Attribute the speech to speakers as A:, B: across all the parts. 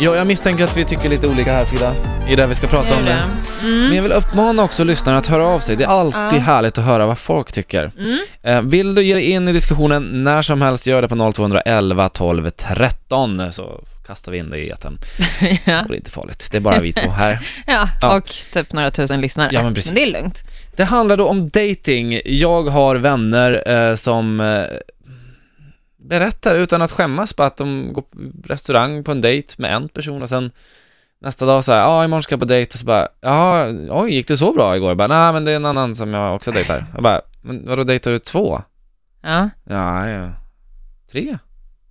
A: Ja, jag misstänker att vi tycker lite olika här Frida, i det här vi ska prata om
B: Gör
A: nu.
B: det.
A: Men
B: Mm.
A: jag vill uppmana också lyssnarna att höra av sig, det är alltid
B: Ja.
A: härligt att höra vad folk tycker.
B: Mm.
A: Eh, Vill du ge dig in i diskussionen när som helst, gör det på 0211 12 13 så kastar vi in dig i etern.
B: Mm. ja.
A: Och det är inte farligt, det är bara vi två här. Ja.
B: ja, och typ några tusen lyssnare.
A: Ja, men precis.
B: det är lugnt.
A: Det handlar då om dating. Jag har vänner eh, som eh, berättar utan att skämmas på att de går på restaurang på en dejt med en person och sen nästa dag så här, ja imorgon ska jag på dejt och så bara, ja oj gick det så bra igår? Jag bara, nej men det är en annan som jag också dejtar. Jag bara, men vadå dejtar du två?
B: Ja.
A: Ja, ja. tre.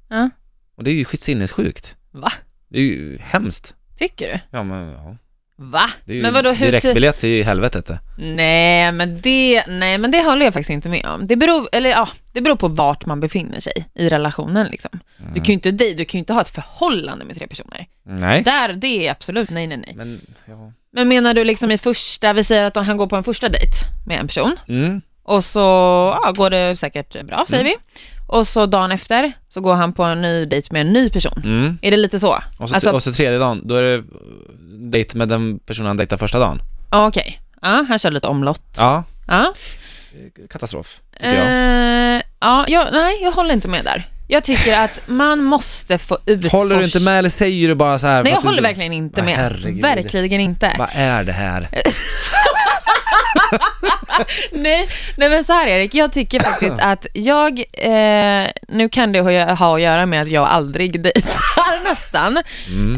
B: Ja.
A: Och det är ju sinnessjukt.
B: Va?
A: Det är ju hemskt.
B: Tycker du?
A: Ja men ja.
B: Va?
A: Det är ju
B: Men vadå, hur ti-
A: direktbiljett till helvetet det.
B: Nej men, det, nej, men det håller jag faktiskt inte med om. Det beror, eller, ja, det beror på vart man befinner sig i relationen. Liksom. Du
A: Mm.
B: kan ju inte, dej- du kan ju inte ha ett förhållande med tre personer.
A: Nej.
B: Där, det är absolut nej, nej, nej.
A: Men, ja.
B: Men menar du liksom i första, vi säger att han går på en första dejt med en person.
A: Mm.
B: Och så ja, går det säkert bra, säger vi. Och så dagen efter så går han på en ny dejt med en ny person.
A: Mm.
B: Är det lite så?
A: Och så, typ-
B: Alltså-
A: och så tredje dagen, då är det eh, dejt med den personen han dejtade första dagen.
B: Ja, okej. Ja, han kör lite omlott. Ja.
A: Ja,
B: Ja.
A: katastrof, tycker jag.
B: Eh, ja, jag, nej, jag håller inte med där. Jag tycker att man måste få utforska.
A: Håller du inte med eller säger du bara så här? för
B: Eh, Nej, jag
A: att du
B: håller
A: inte-
B: verkligen inte
A: Men
B: med.
A: herregud.
B: Verkligen inte.
A: Vad är det här?
B: Nej, nej, men så här Erik, jag tycker faktiskt att jag, eh, nu kan det ha- ha att göra med att jag aldrig dejtar nästan.
A: Mm.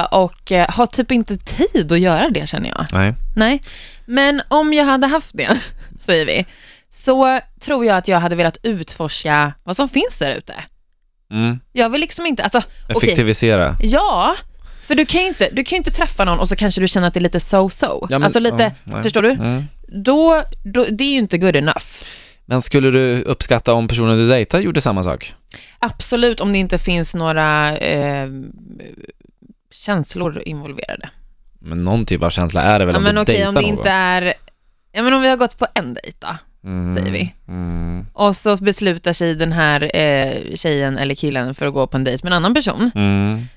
B: Eh, och eh, har typ inte tid att göra det känner jag.
A: Nej.
B: Nej, men om jag hade haft det, säger vi, så tror jag att jag hade velat utforska vad som finns där ute.
A: Mm.
B: Jag vill liksom inte, alltså, okej,
A: Effektivisera.
B: ja, för du kan ju inte, du kan ju inte träffa någon och så kanske du känner att det är lite so-so.
A: Ja, men-
B: alltså lite,
A: ja, nej.
B: förstår du?
A: Mm.
B: Då, då, det är ju inte good enough.
A: Men skulle du uppskatta om personen du dejtar gjorde samma sak?
B: Absolut, om det inte finns några eh, känslor involverade.
A: Men någon typ av känsla är det väl
B: Ja,
A: om
B: men
A: du
B: okej,
A: dejtar
B: om det
A: någon?
B: inte är, ja men om vi har gått på en dejt då.
A: Mm.
B: säger vi.
A: Mm.
B: Och så beslutar sig den här eh, tjejen eller killen för att gå på en dejt med en annan person.
A: Mm.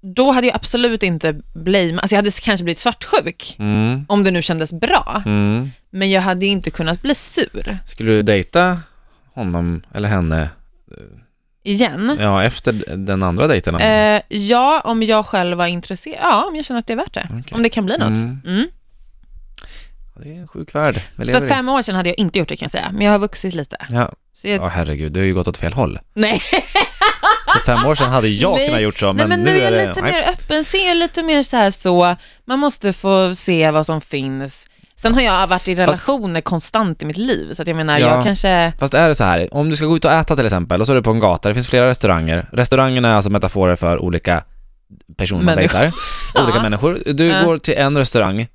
B: Då hade jag absolut inte blame, alltså jag hade kanske blivit svartsjuk
A: Mm.
B: om det nu kändes bra,
A: Mm.
B: men jag hade inte kunnat bli sur
A: Skulle du dejta honom eller henne,
B: igen.
A: ja efter den andra dejten?
B: Eh, ja, om jag själv var intresserad, ja om jag känner att det är värt det,
A: Okej.
B: om det kan bli något.
A: Mm.
B: Mm.
A: Det är en sjuk värld vi lever
B: För
A: i.
B: fem år sedan hade jag inte gjort det kan jag säga, men jag har vuxit lite.
A: Ja,
B: Så jag,
A: Ja herregud, det har ju gått åt fel håll.
B: nej,
A: För fem år sedan hade jag
B: Nej,
A: kunnat gjort så,
B: nej,
A: men,
B: men nu är jag
A: det...
B: lite
A: nej.
B: mer öppen, ser jag lite mer så här så, man måste få se vad som finns. Sen har jag varit i relationer konstant i mitt liv, så att jag menar,
A: Ja.
B: jag kanske,
A: Fast är det så här, om du ska gå ut och äta till exempel, och så är du på en gata, det finns flera restauranger. Restaurangerna är alltså metaforer för olika personer man
B: Människor.
A: dejtar, olika
B: Ja.
A: människor. Du
B: Ja.
A: går till en restaurang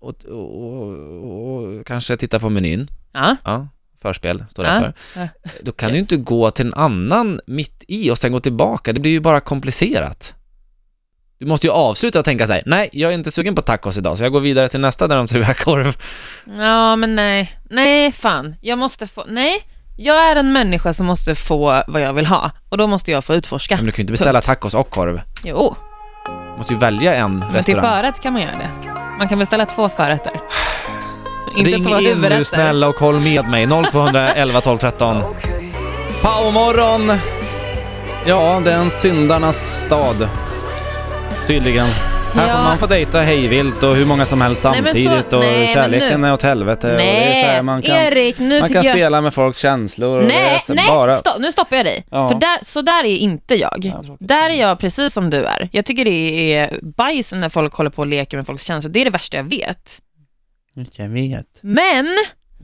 A: och, och, och, och kanske tittar på menyn,
B: ja,
A: ja, förspel står det
B: Ja.
A: för.
B: Ja.
A: Då kan du ju inte gå till en annan mitt i och sen gå tillbaka, det blir ju bara komplicerat. Du måste ju avsluta och tänka så här, nej, jag är inte sugen på tacos idag, så jag går vidare till nästa där de serverar korv.
B: ja men nej, nej fan, jag måste få, nej, jag är en människa som måste få vad jag vill ha, och då måste jag få utforska.
A: Men du kan ju inte beställa tacos och korv.
B: Jo,
A: Du måste ju välja en
B: men till
A: restaurang.
B: förrätt kan man göra det. Man kan beställa två förrätter. Inte
A: Ring
B: två
A: in nu
B: huvudrätter.
A: snälla och håll med mig. 0211 12 13. Powermorgon! Ja, det är en syndarnas stad. Tydligen. Här
B: Ja.
A: får man få dejta hejvilt och hur många som helst
B: Nej, men så-
A: samtidigt och
B: nej, men
A: kärleken
B: nu-
A: är åt helvete. och det är så
B: Nej,
A: här, man kan,
B: Erik, nu
A: man
B: tycker
A: kan
B: jag...
A: spela med folks känslor. och det är
B: Nej,
A: så
B: nej,
A: bara...
B: stopp, nu stoppar jag dig.
A: Ja.
B: För där, så där är inte jag.
A: Ja, tråkigt.
B: där är jag precis som du är. Jag tycker det är bajs när folk håller på och leker med folks känslor. Det är det värsta jag vet.
A: Jag vet.
B: Men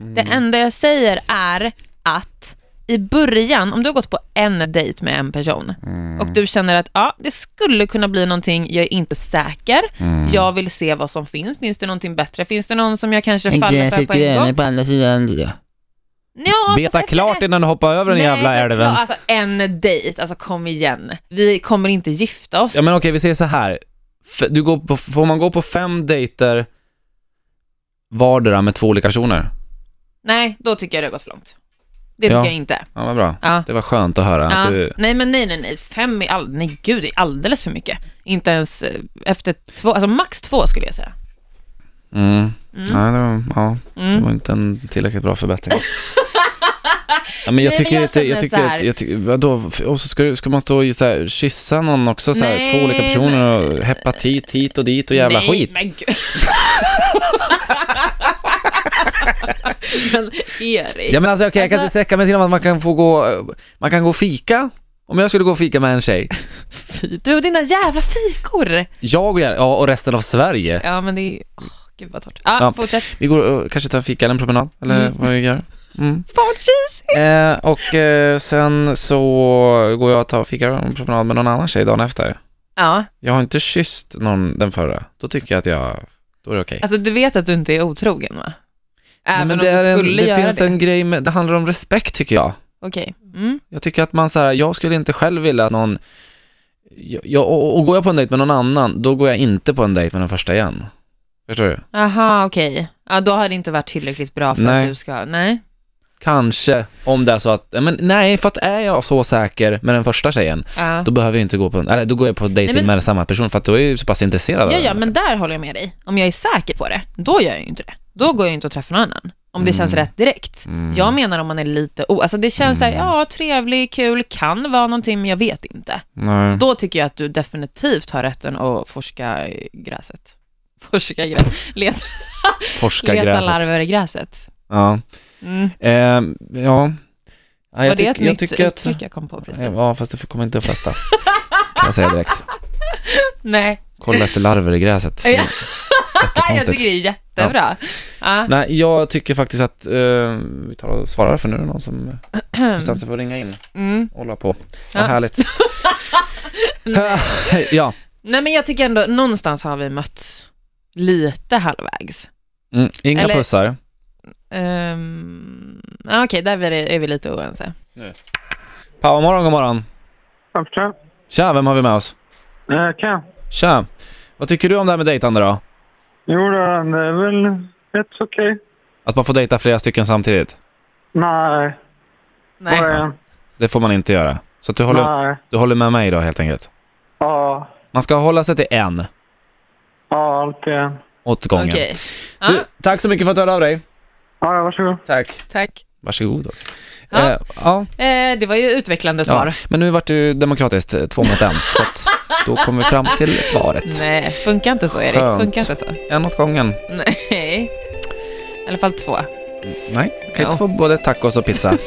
A: Mm.
B: det enda jag säger är att i början, om du har gått på en dejt med en person
A: Mm.
B: och du känner att ja, det skulle kunna bli någonting, jag är inte säker,
A: Mm.
B: jag vill se vad som finns, finns det någonting bättre, finns det någon som jag kanske faller för på en gång?
C: på andra sidan.
B: Ja,
A: Beta
B: fast-
A: klart innan du hoppar över den jävla
B: men
A: älven.
B: klart, Alltså en dejt, alltså kom igen. Vi kommer inte gifta oss.
A: Ja men okej, vi säger så här. F- Du går på, får man gå på fem dejter vardera med två olika personer?
B: Nej, då tycker jag det har gått för långt. Det tycker
A: Ja.
B: jag inte.
A: Ja, vad bra.
B: Ja.
A: Det var skönt att höra
B: Ja.
A: att du...
B: Nej, men nej, nej, nej. Fem är all... nej, gud, det är alldeles för mycket. Inte ens eh, efter två, alltså max två skulle jag säga.
A: Mm.
B: Mm.
A: Ja, det var, ja, det
B: Mm.
A: var inte en tillräckligt bra förbättring. Ja, men jag
B: Nej, men
A: tycker
B: jag
A: inte, jag
B: känner
A: tycker
B: så här-
A: att, jag tycker, vadå, och så ska, du- ska man stå och så här, kyssa någon också så här,
B: Nej,
A: två olika personer och hepatit hit och dit och jävla
B: nej,
A: skit.
B: Men gud. men Erik.
A: Ja men alltså okej, jag kan
B: Alltså-
A: inte sträcka mig till att man kan få gå, man kan gå och fika. Om jag skulle gå och fika med en tjej,
B: Fy, Du och dina jävla fikor.
A: jag och, jag, ja, och resten av Sverige,
B: Ja, men det är... åh, gud vad torrt. Ja,
A: Ja.
B: fortsätt.
A: vi går och kanske tar en fika eller en promenad eller
B: Mm.
A: vad vi gör. Mm.
B: Fan, cheesy.
A: Eh, och eh, sen så går jag och tar fika och en promenad med någon annan tjej dagen efter.
B: Ja,
A: Jag har inte kysst någon den förra, då tycker jag att jag, då är det okej.
B: alltså du vet att du inte är otrogen va? Även
A: Men
B: om
A: är
B: du
A: en-
B: skulle
A: det
B: göra
A: finns
B: det.
A: en grej med, det handlar om respekt tycker jag.
B: Okej. Mm.
A: Jag tycker att man så här, jag skulle inte själv vilja att någon, jag, jag, och, och går jag på en dejt med någon annan, då går jag inte på en dejt med den första igen. Förstår du?
B: Aha, okej. Ja, då har det inte varit tillräckligt bra för
A: Nej.
B: att du ska... Nej.
A: Kanske, om det är så att, men nej, för att är jag så säker med den första tjejen,
B: Ja.
A: då behöver jag inte gå på en, eller då går jag på dejting
B: Nej, men-
A: med samma person, för att då är jag ju så pass intresserad av
B: Ja, ja,
A: den.
B: men där håller jag med dig. Om jag är säker på det, då gör jag ju inte det. Då går jag ju inte och träffar någon annan. Om det
A: Mm.
B: känns rätt direkt.
A: Mm.
B: Jag menar om man är lite o... Alltså det känns så här, ja, trevlig, kul, kan vara någonting, men jag vet
A: Mm.
B: inte.
A: Nej.
B: Då tycker jag att du definitivt har rätten att forska i gräset. Forska i gräset. Leta,
A: Forska
B: leta
A: gräset.
B: larver i gräset.
A: Ja.
B: Mm.
A: Ehm, ja. ja
B: Var det
A: tyck-
B: ett nytt uttryck jag kom på precis?
A: Ja, fast det kommer inte att fästa. kan jag säga direkt.
B: Nej,
A: Kolla efter larver i gräset. Mm.
B: Ja. jag
A: Jättekonstigt.
B: tycker det är jättebra. Ja.
A: Nej, jag tycker faktiskt att eh, vi tar och svarar för nu är det någon som bestämt sig för att ringa in
B: Mm.
A: och hålla på.
B: Ja.
A: Vad härligt. ja,
B: Nej, men jag tycker ändå någonstans har vi mötts lite halvvägs.
A: mm, inga
B: Eller-
A: pussar.
B: Um, Okej, där är, det, är vi lite oense.
A: Power morgon, god morgon.
C: Varför tror
A: Tja, vem har vi med oss?
C: jag? Eh, Kan jag?
A: Tja. Vad tycker du om det här med dejtande då?
C: Jo då, det är väl rätt okej.
A: Att man får dejta flera stycken samtidigt?
C: Nej,
B: Nej.
C: bara en.
A: Det får man inte göra. Så att du håller,
C: Nej.
A: du håller med mig då helt enkelt?
C: Ja,
A: Man ska hålla sig till en
C: ja, alltid en.
A: åt gången.
B: Okej. Ja,
A: Du, tack så mycket för att du hörde av dig.
C: Ja, ja, varsågod.
A: Tack.
B: tack.
A: Varsågod.
B: Ja.
A: Eh, ja.
B: Eh, det var ju utvecklande svar.
A: Ja, men nu vart du demokratiskt eh, två mot en, så att då kommer vi fram till svaret.
B: Nej, funkar inte så Erik.
A: Skönt.
B: Funkar inte så.
A: En åt gången.
B: Nej. I alla fall två.
A: Nej, kan inte få både tacos och pizza.